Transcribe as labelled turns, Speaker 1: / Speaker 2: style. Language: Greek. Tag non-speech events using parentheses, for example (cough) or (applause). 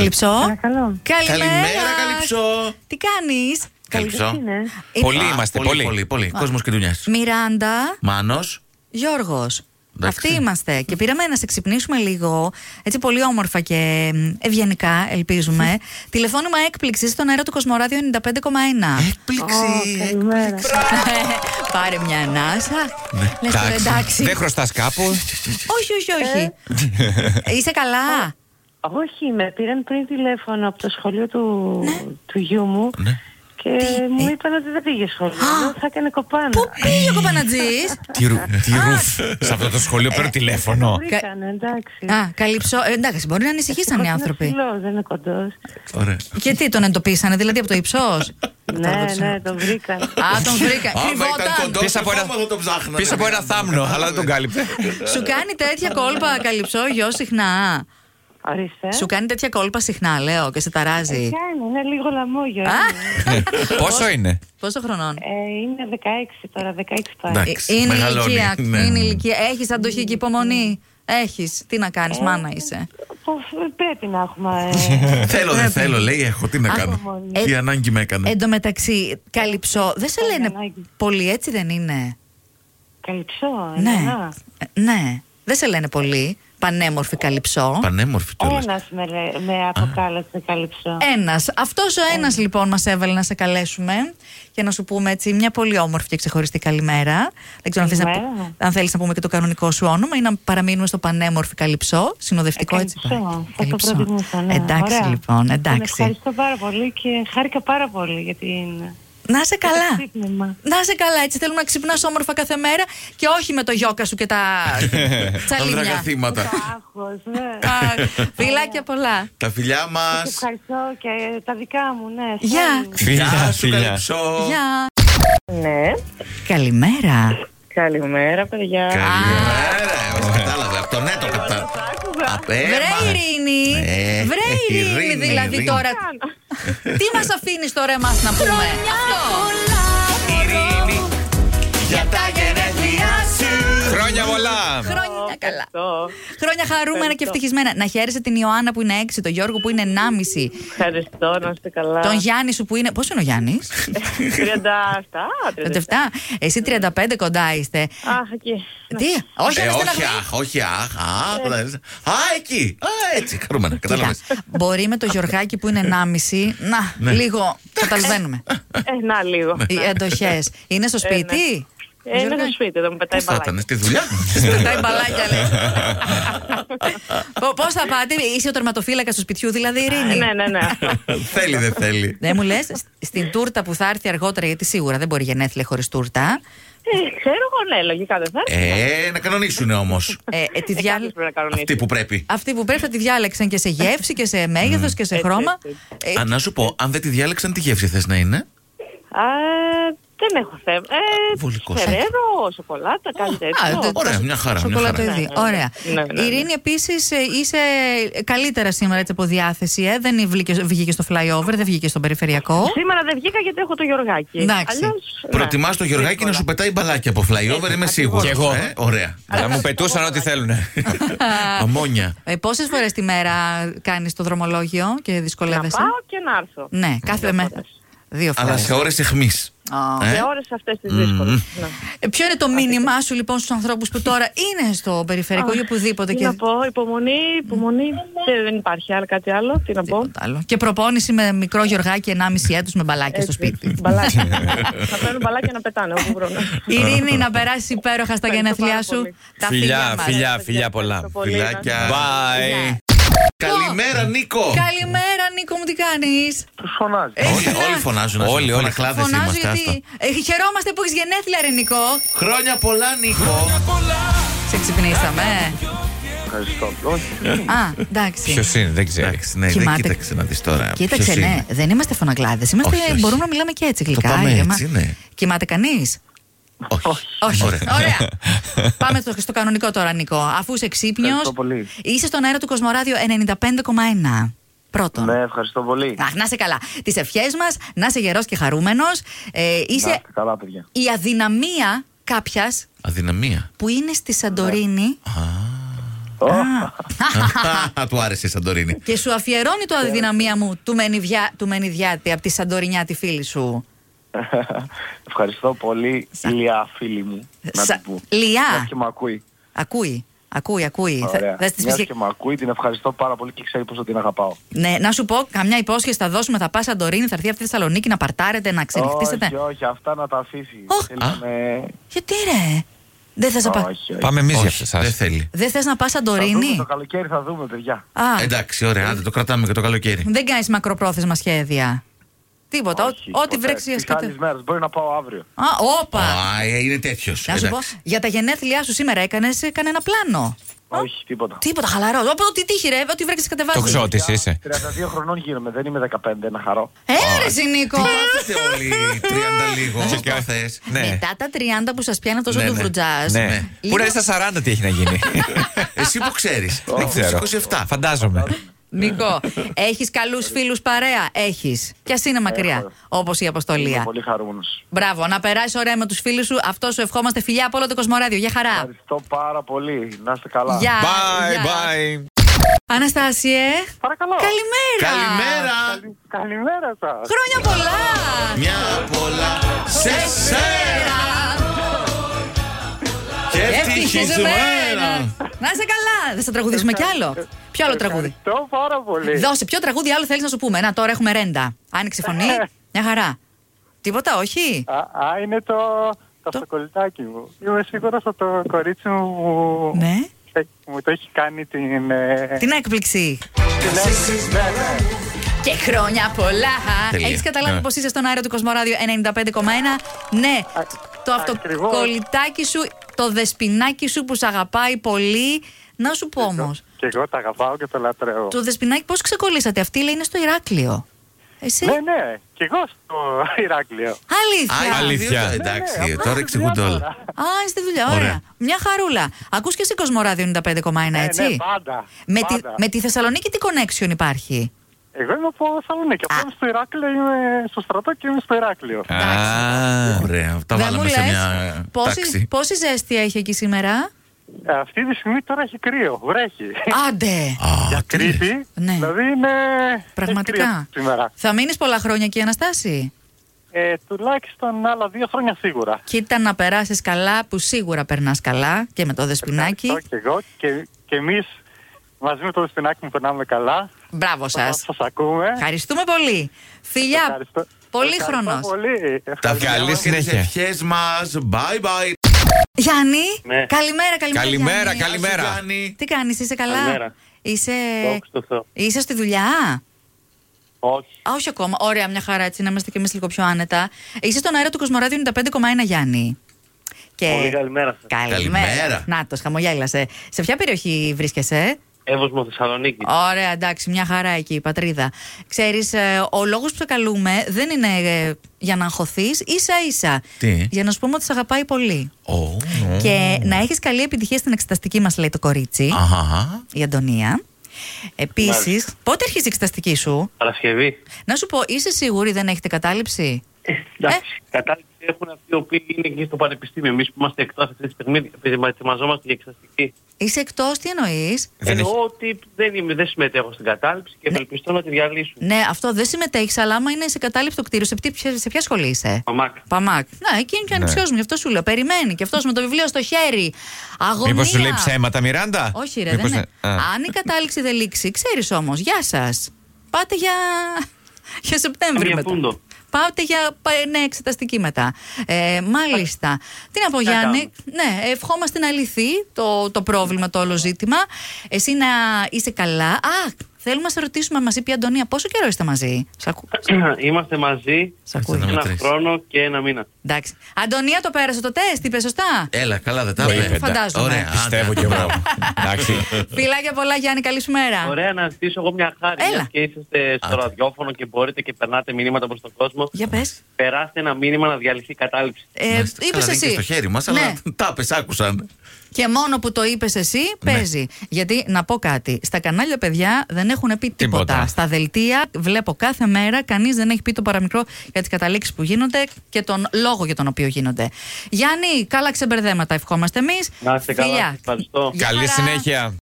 Speaker 1: Καλυψό.
Speaker 2: Παρακαλώ.
Speaker 1: Καλημέρα.
Speaker 3: Καλημέρα, Καλυψό.
Speaker 1: Τι κάνεις.
Speaker 3: Καλυψό.
Speaker 2: Τι είναι?
Speaker 4: Πολλοί
Speaker 3: Α,
Speaker 4: είμαστε,
Speaker 3: Πολύ,
Speaker 4: πολλοί.
Speaker 3: πολύ. πολύ. Κόσμος και δουλειά.
Speaker 1: Μιράντα,
Speaker 3: Μάνος.
Speaker 1: Γιώργος. Αυτοί είμαστε. Και πήραμε να σε ξυπνήσουμε λίγο, έτσι πολύ όμορφα και μ, ευγενικά, ελπίζουμε. Τηλεφώνημα έκπληξης στον αέρα του Κοσμοράδιο 95,1.
Speaker 2: Ω,
Speaker 3: Έκπληξη.
Speaker 2: Καλημέρα.
Speaker 1: (laughs) Πάρε μια ανάσα. Λες τώρα, εντάξει.
Speaker 4: Δεν χρωστάς κάπου.
Speaker 1: Όχι, όχι, όχι. Είσαι καλά.
Speaker 2: Όχι, με πήραν πριν τηλέφωνο από το σχολείο του, του γιού μου
Speaker 3: Ναι.
Speaker 2: και μου είπαν ότι δεν πήγε σχολείο. Λέω, θα έκανε κοπάνα.
Speaker 1: Ε. Πού πήγε ο Κοπανατζής.
Speaker 4: Τι ρου- τι ρουφ. Σε αυτό το σχολείο
Speaker 3: Ε,
Speaker 4: παίρνω τηλέφωνο.
Speaker 2: Βρήκανε, εντάξει.
Speaker 1: Α, καλύψω. Ε, εντάξει, μπορεί να ανησυχήσαν οι
Speaker 2: Είναι
Speaker 1: άνθρωποι.
Speaker 2: ψηλός, δεν είναι κοντός.
Speaker 3: Ωραία.
Speaker 1: Και τι, τον εντοπίσανε, δηλαδή από το ύψο.
Speaker 2: ναι, ναι, τον βρήκαν.
Speaker 1: Α, τον βρήκα. Κρυβόταν.
Speaker 4: Πίσω από ένα-
Speaker 3: θα το ψάχνανε.
Speaker 4: Πίσω από ένα θάμνο, αλλά δεν τον κάλυψε.
Speaker 1: Σου κάνει τέτοια κόλπα καλυψό γιο συχνά.
Speaker 2: Ορίστε.
Speaker 1: Σου κάνει τέτοια κόλπα συχνά, λέω, και σε ταράζει.
Speaker 2: Κάνει, είναι λίγο λαμόγιο.
Speaker 1: Α!
Speaker 2: είναι.
Speaker 3: Ε,
Speaker 4: Πόσο είναι.
Speaker 1: Ναι. Πόσο χρονών.
Speaker 2: Ε, είναι 16 τώρα, 16 πάει.
Speaker 3: Εντάξει.
Speaker 1: Ε, Είναι
Speaker 3: μεγαλώνει,
Speaker 1: ηλικία.
Speaker 3: ναι.
Speaker 1: Είναι ηλικία. Έχεις αντοχή και υπομονή. Έχεις. Τι να κάνεις,
Speaker 2: Ε,
Speaker 1: μάνα είσαι.
Speaker 2: Πω, Πρέπει να έχουμε.
Speaker 3: (laughs)
Speaker 2: ε,
Speaker 3: Θέλω, δεν θέλω, λέει. Έχω τι να
Speaker 1: Α, ε,
Speaker 3: κάνω.
Speaker 2: υπομονή.
Speaker 3: Τι ανάγκη με έκανε.
Speaker 1: Εν τω μεταξύ, καλυψό, δεν σε
Speaker 2: Έχει
Speaker 1: λένε
Speaker 2: ανάγκη.
Speaker 1: πολύ, έτσι δεν είναι.
Speaker 2: Καλυψό,
Speaker 1: Ναι.
Speaker 2: ένα.
Speaker 1: Ε, Ναι. Δεν σε λένε πολύ. Πανέμορφη καλυψό.
Speaker 3: Πανέμορφη κιόλας.
Speaker 2: Ένας με, λέ- με αποκάλεσε καλυψό.
Speaker 1: Ένας. Αυτός ο ένας λοιπόν μας έβαλε να σε καλέσουμε για να σου πούμε έτσι μια πολύ όμορφη και ξεχωριστή καλημέρα. Δεν ξέρω αν θέλει να,
Speaker 2: Καλημέρα.
Speaker 1: πού- αν θέλεις να πούμε και το κανονικό σου όνομα ή να παραμείνουμε στο πανέμορφη καλυψό. Συνοδευτικό
Speaker 2: Ε,
Speaker 1: έτσι πάει.
Speaker 2: καλυψό. Θα το
Speaker 1: Καλυψό. Ε,
Speaker 2: προτιμούσα, ναι.
Speaker 1: Εντάξει
Speaker 2: Ωραία.
Speaker 1: λοιπόν,
Speaker 2: Τον
Speaker 1: εντάξει.
Speaker 2: ευχαριστώ πάρα πολύ και χάρηκα πάρα πολύ για την.
Speaker 1: Να είσαι καλά.
Speaker 2: ξύπνημα.
Speaker 1: Να είσαι καλά, έτσι θέλουμε να ξυπνάς όμορφα κάθε μέρα και όχι με το γιόκα σου και τα
Speaker 3: Τα
Speaker 1: τσαλίνια.
Speaker 3: καθήματα.
Speaker 2: Άγχος, ναι.
Speaker 1: Α, Φιλάκια πολλά.
Speaker 3: Τα φιλιά μας.
Speaker 2: Και Ευχαριστώ και τα δικά μου, ναι. σε
Speaker 1: Γεια.
Speaker 2: όλους.
Speaker 3: Φιλιά σου, καλυψό.
Speaker 1: Γεια.
Speaker 5: Ναι.
Speaker 1: Καλημέρα.
Speaker 5: Καλημέρα, παιδιά.
Speaker 3: Καλημέρα. Ως κατάλαβα. Από το ναι το κατάλαβα. Απ' αίμα.
Speaker 1: Βρε Ειρήνη,
Speaker 3: Ε,
Speaker 1: βρε Ειρήνη
Speaker 3: Ειρήνη,
Speaker 1: δηλαδή
Speaker 3: Ειρήνη.
Speaker 1: τώρα.
Speaker 3: (laughs)
Speaker 1: Τι μας αφήνεις τώρα εμάς να πούμε.
Speaker 3: Ειρήνη, για τα γενέθλιά σου.
Speaker 4: Χρόνια πολλά.
Speaker 1: Χρόνια καλά.
Speaker 5: Ευχαριστώ.
Speaker 1: Χρόνια χαρούμενα και ευτυχισμένα. Να χαίρεσαι την Ιωάννα που είναι 6, τον Γιώργο που είναι 1,5,
Speaker 5: Ευχαριστώ, να είστε καλά.
Speaker 1: τον Γιάννη σου που είναι. Πόσο είναι ο Γιάννης,
Speaker 5: 37.
Speaker 1: 37. Εσύ 35 κοντά είστε.
Speaker 5: Αχ, εκεί.
Speaker 1: Τι, όχι,
Speaker 3: Ε,
Speaker 1: να
Speaker 3: όχι,
Speaker 1: στεναχωρεί.
Speaker 3: αχ, όχι, αχ. Α, α, εκεί. Α, έτσι, χαρούμενα. Κατάλαβε.
Speaker 1: Κοίτα, μπορεί με το Γιωργάκι που είναι 1,5
Speaker 3: Ναι.
Speaker 1: να λίγο καταλαβαίνουμε.
Speaker 5: Ε, να λίγο.
Speaker 1: Οι εντοχές. Είναι στο σπίτι.
Speaker 5: ναι. Ε, Είναι στο
Speaker 1: Γιωργάκι?
Speaker 5: σπίτι, δεν μου πετάει
Speaker 3: Πού θα
Speaker 5: μπαλάκι.
Speaker 3: ήταν, στη δουλειά.
Speaker 5: (laughs)
Speaker 1: Πετάει μπαλάκια, λέει. Πώς θα πάτε, είσαι ο τερματοφύλακας του σπιτιού, δηλαδή Ειρήνη.
Speaker 5: Ναι,
Speaker 1: (laughs)
Speaker 5: ναι, ναι.
Speaker 3: (laughs) θέλει, δεν θέλει.
Speaker 1: Δεν μου λες, στην τούρτα που θα έρθει αργότερα, γιατί σίγουρα δεν μπορεί γενέθλια χωρίς τούρτα.
Speaker 5: Ε, Ξέρω εγώ, ναι, λογικά δεν θα έρθει.
Speaker 3: Ε, να κανονίσουνε όμως.
Speaker 1: Ε, ε, τη
Speaker 5: Ε,
Speaker 1: διά-
Speaker 5: κάποιος πρέπει να κανονίσει.
Speaker 3: Αυτοί που πρέπει.
Speaker 1: Αυτή που πρέπει να τη διάλεξαν και σε γεύση και σε μέγεθος και σε χρώμα. Ε,
Speaker 3: Α, να σου πω, αν δεν τη διάλεξαν, τι γεύση θες να είναι.
Speaker 5: Α, Δεν έχω θέμα. Ε,
Speaker 3: Βολικός.
Speaker 5: Φερέρο, σοκολάτα, κάτι
Speaker 1: α,
Speaker 5: τέτοιο.
Speaker 1: το-
Speaker 3: Ωραία,
Speaker 1: το-
Speaker 3: μια χαρά, μια χαρά.
Speaker 1: σοκολατοειδή.
Speaker 5: Ναι, ναι.
Speaker 1: Ωραία.
Speaker 5: Ναι, ναι, ναι.
Speaker 1: Ειρήνη, επίσης είσαι καλύτερα σήμερα έτσι από διάθεση. Ε. Δεν βγήκε, βγήκε στο flyover, δεν βγήκε στον περιφερειακό.
Speaker 5: Σήμερα δεν βγήκα γιατί έχω το Γεωργάκι.
Speaker 1: Εντάξει.
Speaker 5: Αλλιώς, ναι.
Speaker 3: Προτιμάς το Γεωργάκι να σου πετάει μπαλάκια από
Speaker 1: Ε,
Speaker 3: flyover, είμαι σίγουρο.
Speaker 4: Κι εγώ.
Speaker 3: Ωραία.
Speaker 4: Να μου πετούσαν ό,τι θέλουν.
Speaker 3: (laughs) Αμόνια.
Speaker 1: Ε, Πόσες φορές τη μέρα κάνεις το δρομολόγιο και
Speaker 5: Να
Speaker 1: δυσκολεύεσαι.
Speaker 5: πάω και να έρθω.
Speaker 1: Ναι, κάθε
Speaker 5: Δύο
Speaker 1: μέρα.
Speaker 5: φορές.
Speaker 1: Δύο φορέ.
Speaker 3: Αλλά σε Ε. ώρε εχμή.
Speaker 5: Σε ώρες αυτές τις δύσκολες. ναι.
Speaker 1: Ποιο είναι το μήνυμά σου λοιπόν στους ανθρώπους που τώρα είναι στο περιφερειακό ή οπουδήποτε
Speaker 5: Τι
Speaker 1: και.
Speaker 5: να πω, υπομονή, υπομονή. Ε, Δεν- Δεν υπάρχει άλλο κάτι άλλο. Τι να πω.
Speaker 1: τίποτα άλλο. Και προπόνηση με μικρό Γεωργάκι 1,5 έτους με μπαλάκια Ε, στο σπίτι.
Speaker 3: (laughs)
Speaker 5: Μπαλάκια. να παίρνουν μπαλάκια να πετάνε όπου βρουν.
Speaker 1: Ειρήνη, να περάσεις υπέροχα στα γενέθλιά
Speaker 5: πάρα
Speaker 1: σου.
Speaker 5: πολύ.
Speaker 1: Τα
Speaker 4: Φιλιά,
Speaker 1: μας.
Speaker 4: φιλιά, φιλιά πολλά.
Speaker 5: Ευχαριστώ πολύ.
Speaker 3: Φιλάκια.
Speaker 1: Ναι.
Speaker 4: Bye.
Speaker 3: Καλημέρα, Νίκο.
Speaker 1: Καλημέρα, Νίκο, μου τι κάνεις.
Speaker 3: Όλοι, όλοι φωνάζουν.
Speaker 4: Όλοι, όλοι.
Speaker 3: Κλάδε
Speaker 1: Φωνάζω
Speaker 3: είμαστε. άστο.
Speaker 1: γιατί. Ε, χαιρόμαστε που έχεις γενέθλια, ρε Νικό.
Speaker 3: Χρόνια πολλά, Νίκο.
Speaker 1: Σε ξυπνήσαμε. Ευχαριστώ. Α, εντάξει.
Speaker 4: Ποιος είναι, δεν ξέρει.
Speaker 3: Εντάξει, ναι, δεν
Speaker 1: Κοιμάται.
Speaker 3: κοίταξε να δεις τώρα.
Speaker 1: Κοίταξε,
Speaker 3: ποιος
Speaker 1: ναι,
Speaker 3: είναι.
Speaker 1: δεν είμαστε φωναγκλάδε. Είμαστε,
Speaker 3: Όχι, όχι.
Speaker 1: μπορούμε να μιλάμε και έτσι γλυκά.
Speaker 3: πάμε
Speaker 1: ήρεμα.
Speaker 3: έτσι, ναι.
Speaker 1: Κοιμάται κανείς.
Speaker 3: Όχι.
Speaker 1: Όχι.
Speaker 3: Ωραία.
Speaker 1: Ωραία.
Speaker 3: (laughs)
Speaker 1: Πάμε στο, στο κανονικό τώρα, Νικό. Αφού είσαι ξύπνιος, είσαι στον αέρα του Κοσμοράδιο 95,1. Πρώτον.
Speaker 6: Ναι, ευχαριστώ πολύ.
Speaker 1: Αχ, να είσαι καλά. Τις ευχές μας, να είσαι γερός και χαρούμενος. Ε, είσαι
Speaker 6: Να είστε καλά, παιδιά. (laughs)
Speaker 1: η αδυναμία κάποιας (laughs)
Speaker 3: Αδυναμία.
Speaker 6: Ναι.
Speaker 1: που είναι στη Σαντορίνη.
Speaker 3: Α, Του άρεσε η Σαντορίνη.
Speaker 1: Και σου αφιερώνει
Speaker 6: Ναι.
Speaker 1: το αδυναμία μου του Μενιδιά- του Μενιδιάτη από τη Σαντορινιά τη φίλη σου.
Speaker 6: Ευχαριστώ πολύ, Ηλιά, φίλη μου. Να
Speaker 1: Σα-
Speaker 6: την πω.
Speaker 1: Λιά.
Speaker 6: Μιας και με ακούει.
Speaker 1: Ακούει, ακούει, ακούει. Θα-
Speaker 6: Ωραία.
Speaker 1: θα στις
Speaker 6: Μιας
Speaker 1: πεις-
Speaker 6: και με ακούει, την ευχαριστώ πάρα πολύ και ξέρει πόσο την αγαπάω.
Speaker 1: Ναι, να σου πω, καμιά υπόσχεση θα δώσουμε, θα πας Σαντορίνη, θα έρθει αυτή η Θεσσαλονίκη να παρτάρετε, να ξενυχτήσετε.
Speaker 6: Όχι, όχι, αυτά να τα αφήσει.
Speaker 1: Οχ.
Speaker 6: Θέλει να με-
Speaker 1: Γιατί ρε, δεν θες να πα.
Speaker 6: Όχι, όχι.
Speaker 4: Πάμε εμείς για
Speaker 3: Όχι,
Speaker 4: εσά.
Speaker 3: δεν θέλει.
Speaker 1: Δεν θες να πας
Speaker 6: Θα δούμε
Speaker 1: Σαντορίνη.
Speaker 6: το καλοκαίρι, θα δούμε, παιδιά.
Speaker 1: Α,
Speaker 3: Εντάξει, ωραία, άντε το κρατάμε και το καλοκαίρι.
Speaker 1: δεν κάνεις μακροπρόθεσμα σχέδια. Τίποτα, ό-
Speaker 6: Όχι,
Speaker 1: ό,τι
Speaker 6: ποτέ.
Speaker 1: βρέξει
Speaker 6: Τις
Speaker 1: σκοτεινή.
Speaker 6: άλλες μέρες, μπορεί να πάω αύριο.
Speaker 1: Α, όπα.
Speaker 3: Α, ε, είναι τέτοιος.
Speaker 1: Να σου πω, για τα γενέθλιά σου σήμερα έκανες κανένα πλάνο.
Speaker 6: Όχι, τίποτα.
Speaker 1: Τίποτα, χαλαρός. Όπα, ό,τι τύχει, ρε, ό,τι βρέξεις
Speaker 4: Το
Speaker 1: κατεβάζει.
Speaker 4: ξώτη είσαι.
Speaker 6: 32 χρονών γίνομαι, δεν είμαι 15, να χαρώ.
Speaker 1: Έρε, Νίκο.
Speaker 3: Είστε όλοι 30 λίγο.
Speaker 4: Και-
Speaker 3: το θες.
Speaker 4: Ναι.
Speaker 1: Μετά τα 30 που σας πιάνει τόσο
Speaker 3: Ναι,
Speaker 1: του
Speaker 3: ναι.
Speaker 1: βρουτζά.
Speaker 4: Ναι. Πού να είσαι στα 40 τι έχει να γίνει.
Speaker 1: (laughs)
Speaker 3: Εσύ που ξέρεις.
Speaker 4: Δεν ξέρω.
Speaker 3: 27.
Speaker 4: Φαντάζομαι.
Speaker 1: Νίκο, έχεις καλούς φίλους παρέα. Έχεις. Κι α είναι μακριά.
Speaker 6: Έχω.
Speaker 1: Όπως η
Speaker 6: Είμαι
Speaker 1: Αποστολία.
Speaker 6: πολύ χαρούμενος.
Speaker 1: Μπράβο, να περάσεις ωραία με τους φίλους σου. Αυτό σου ευχόμαστε φιλιά από όλο το Κοσμοράδιο. Γεια χαρά.
Speaker 6: Ευχαριστώ πάρα πολύ. Να είστε καλά.
Speaker 1: Γεια.
Speaker 4: Bye,
Speaker 1: γεια.
Speaker 4: bye.
Speaker 1: Αναστάσιε.
Speaker 5: Παρακαλώ.
Speaker 1: Καλημέρα.
Speaker 3: Καλημέρα.
Speaker 5: Καλημέρα σας.
Speaker 1: Χρόνια πολλά.
Speaker 3: Μια πολλά σε σένα. Και ευτυχισμένα.
Speaker 1: Ευτυχισμένα. Να είσαι καλά. Δεν θα τραγουδήσουμε κι άλλο. Ποιο άλλο τραγούδι.
Speaker 5: Ευχαριστώ πάρα πολύ.
Speaker 1: Δώσε, ποιο τραγούδι άλλο θέλεις να σου πούμε. Να τώρα έχουμε ρέντα. Άνοιξε φωνή. Μια χαρά. Τίποτα, όχι.
Speaker 5: Α, α, είναι το, το αυτοκολλητάκι μου. Είμαι σίγουρος ότι το κορίτσι μου ε,
Speaker 1: Ναι.
Speaker 5: μου το έχει κάνει την... ε,
Speaker 1: Την έκπληξη.
Speaker 5: την έκπληξη. Ναι, ναι.
Speaker 1: Και χρόνια πολλά.
Speaker 3: Τελεία.
Speaker 1: Έχεις καταλάβει
Speaker 3: Ναι.
Speaker 1: πως είσαι στον αέρα του Κοσμοράδιο 95,1. Ναι, το
Speaker 5: ακριβώς.
Speaker 1: αυτοκολλητάκι σου, το δεσπινάκι σου που σε αγαπάει πολύ. Να σου πω όμως,
Speaker 5: Και εγώ τα αγαπάω και το λατρεύω.
Speaker 1: το δεσπινάκι πώς ξεκολλήσατε. Αυτή λέει είναι στο Ηράκλειο. Εσύ.
Speaker 5: Ναι, ναι, και εγώ στο Ηράκλειο.
Speaker 1: Αλήθεια.
Speaker 3: Α, οι δύο
Speaker 4: Αλήθεια.
Speaker 3: τα-
Speaker 5: Ναι,
Speaker 3: Εντάξει,
Speaker 5: ναι,
Speaker 3: τώρα
Speaker 5: απλά
Speaker 3: εξηγούνται όλα.
Speaker 5: διάφορα.
Speaker 1: Α, είστε δουλειά. Ωραία.
Speaker 3: Ωραία.
Speaker 1: Μια χαρούλα. Ακούς και εσύ Κοσμοράδιο 95,1,
Speaker 5: Ναι,
Speaker 1: έτσι.
Speaker 5: ναι, πάντα.
Speaker 1: με, τη,
Speaker 5: πάντα.
Speaker 1: με τη Θεσσαλονίκη τι connection υπάρχει.
Speaker 5: Εγώ είμαι από Θεσσαλονίκη.
Speaker 1: Α.
Speaker 5: Αυτό είμαι στο Ηράκλειο, είμαι στο στρατό και είμαι στο Ηράκλειο.
Speaker 4: Α,
Speaker 3: Ωραία, τα
Speaker 1: Δεν
Speaker 3: βάλαμε
Speaker 1: μου
Speaker 3: σε
Speaker 1: λες
Speaker 3: μια ε,
Speaker 1: πόση,
Speaker 3: τάξη.
Speaker 1: πόση ζέστη έχει εκεί σήμερα.
Speaker 5: Ε, Αυτή τη στιγμή τώρα έχει κρύο, βρέχει. ε,
Speaker 1: Άντε.
Speaker 3: Α,
Speaker 5: Για
Speaker 3: τι λες.
Speaker 5: Κρήτη,
Speaker 1: Ναι.
Speaker 5: δηλαδή είναι έχει κρύο
Speaker 1: Πραγματικά.
Speaker 5: σήμερα.
Speaker 1: Θα μείνεις πολλά χρόνια εκεί, Αναστάση.
Speaker 5: Ε, τουλάχιστον άλλα δύο χρόνια σίγουρα.
Speaker 1: Κοίτα να περάσεις καλά, που σίγουρα περνάς καλά και με το δεσπινάκι.
Speaker 5: Ευχαριστώ και εγώ και, και εμείς μαζί με το σπινάκι μου περνάμε καλά.
Speaker 1: Μπράβο σας.
Speaker 5: Σας ακούμε.
Speaker 1: Ευχαριστούμε πολύ. Φιλιά,
Speaker 5: Ευχαριστώ-
Speaker 1: πολύ
Speaker 5: Ευχαριστώ
Speaker 1: χρόνο.
Speaker 5: πολύ.
Speaker 3: Τα
Speaker 5: Ευχαριστώ.
Speaker 3: φιλιά
Speaker 4: Καλή
Speaker 3: μας και τις
Speaker 4: συνέχεια.
Speaker 3: ευχές μας. Bye bye.
Speaker 1: Γιάννη,
Speaker 7: Ναι.
Speaker 1: καλημέρα, καλημέρα.
Speaker 4: Καλημέρα,
Speaker 1: Γιάννη.
Speaker 4: καλη- Καλημέρα.
Speaker 3: Γεια σου, Γιάννη.
Speaker 1: Τι κάνεις, είσαι καλά.
Speaker 7: Καλημέρα.
Speaker 1: Είσαι...
Speaker 7: Δόξα τω Θεώ.
Speaker 1: είσαι στη δουλειά.
Speaker 7: Όχι.
Speaker 1: Α, όχι ακόμα. Ωραία, μια χαρά έτσι, να είμαστε κι εμείς λίγο πιο άνετα. Είσαι στον αέρα του Κοσμοράδιο 95,1 Γιάννη. Και...
Speaker 7: Πολύ καλημέρα σας.
Speaker 1: Καλημέρα.
Speaker 3: Καλημέρα.
Speaker 1: Να το, χαμογέλασε. Σε ποια περιοχή βρίσκεσαι,
Speaker 7: Εύωσμο Θεσσαλονίκη.
Speaker 1: Ωραία, εντάξει, μια χαρά εκεί η πατρίδα. Ξέρεις, ο λόγος που σε καλούμε δεν είναι ε, για να αγχωθείς, ίσα ίσα.
Speaker 3: Τι?
Speaker 1: Για να σου πούμε ότι σε αγαπάει πολύ.
Speaker 3: Ω, ω.
Speaker 1: Και να έχεις καλή επιτυχία στην εξεταστική μας, λέει το κορίτσι,
Speaker 3: Αχα.
Speaker 1: η Αντωνία. Επίσης,
Speaker 7: Μάλιστα.
Speaker 1: πότε αρχίζει η εξεταστική σου,
Speaker 7: Παρασκευή.
Speaker 1: Να σου πω, είσαι σίγουρη δεν έχετε κατάληψη.
Speaker 7: Εντάξει. Κατάληξη έχουν αυτοί οι οποίοι είναι εκεί στο πανεπιστήμιο. Εμείς που είμαστε εκτός αυτής της στιγμή, ετοιμαζόμαστε για εξαστική.
Speaker 1: Ε, Είσαι εκτός, τι εννοείς.
Speaker 4: Δεν
Speaker 7: Εννοώ ότι δεν, είμαι, δεν συμμετέχω στην κατάληψη και ευελπιστώ να τη διαλύσουν.
Speaker 1: Ναι, αυτό δεν συμμετέχεις, αλλά άμα είναι σε κατάληπτο κτίριο, σε, τι- σε ποια σχολή είσαι.
Speaker 7: Μαμάκ.
Speaker 1: Παμάκ. Ναι, εκεί είναι και ο
Speaker 4: Ναι.
Speaker 1: ανιψιός μου, γι' αυτό σου λέω. Περιμένει και αυτός με το βιβλίο στο χέρι. Αγωνία.
Speaker 4: Μήπως σου λέει ψέματα, Μιράντα.
Speaker 1: Όχι, ρε,
Speaker 4: Μήπως
Speaker 1: δεν είναι.
Speaker 4: Α.
Speaker 1: Αν η κατάληξη δεν λήξει, ξέρεις όμως, γεια σας. Πάτε για. (laughs) για Σεπτέμβρη
Speaker 7: Για
Speaker 1: μετά.
Speaker 7: φούντο.
Speaker 1: Πάτε για πα- ναι, εξεταστική μετά. Ε, μάλιστα. Τι να πω,
Speaker 7: Να
Speaker 1: Γιάννη. Ναι, ευχόμαστε να λυθεί το, το πρόβλημα, το όλο ζήτημα. Εσύ να είσαι καλά. Α, θέλουμε να σε ρωτήσουμε, μας είπε η Αντωνία, πόσο καιρό είστε μαζί. Σ' ακού-
Speaker 7: (clears throat) Είμαστε μαζί
Speaker 1: Σ' ακούει.
Speaker 3: Να
Speaker 7: ένα
Speaker 3: μετρήσεις.
Speaker 7: χρόνο και ένα μήνα.
Speaker 1: Εντάξει. Αντωνία, το πέρασε το τεστ, είπε σωστά.
Speaker 3: Έλα, καλά δεν τα
Speaker 1: Ναι,
Speaker 3: είπε.
Speaker 1: φαντάζομαι.
Speaker 3: Ωραία, άντε,
Speaker 4: Πιστεύω
Speaker 3: άντε,
Speaker 4: κι εγώ.
Speaker 3: μπράβο.
Speaker 1: (laughs)
Speaker 4: Εντάξει.
Speaker 1: Φιλάκια πολλά, Γιάννη, καλή σου μέρα.
Speaker 7: Ωραία να ζητήσω εγώ μια χάρη.
Speaker 1: Έλα.
Speaker 7: μιας Και είσαστε στο
Speaker 3: Άντε.
Speaker 7: ραδιόφωνο και μπορείτε και περνάτε μηνύματα προς τον κόσμο.
Speaker 1: Για πες.
Speaker 7: Περάστε ένα μήνυμα να διαλυθεί η κατάληψη.
Speaker 1: Ε,
Speaker 3: Να είστε
Speaker 1: είπες
Speaker 3: καλά, δεν
Speaker 1: εσύ.
Speaker 3: είναι και στο χέρι μας,
Speaker 1: Ναι.
Speaker 3: αλλά (laughs) τα πες, άκουσαν.
Speaker 1: Και μόνο που το είπες εσύ,
Speaker 4: Ναι.
Speaker 1: παίζει. Γιατί να πω κάτι. Στα κανάλια, παιδιά, δεν έχουν πει τίποτα.
Speaker 4: Τίποτα.
Speaker 1: Στα δελτία βλέπω κάθε μέρα, κανείς δεν έχει πει το παραμικρό για τις καταλήξεις που γίνονται και τον λόγο για τον οποίο γίνονται. Γιάννη, καλά ξεμπερδέματα ευχόμαστε εμείς.
Speaker 7: Να είστε καλά, σας ευχαριστώ.
Speaker 4: Καλή συνέχεια.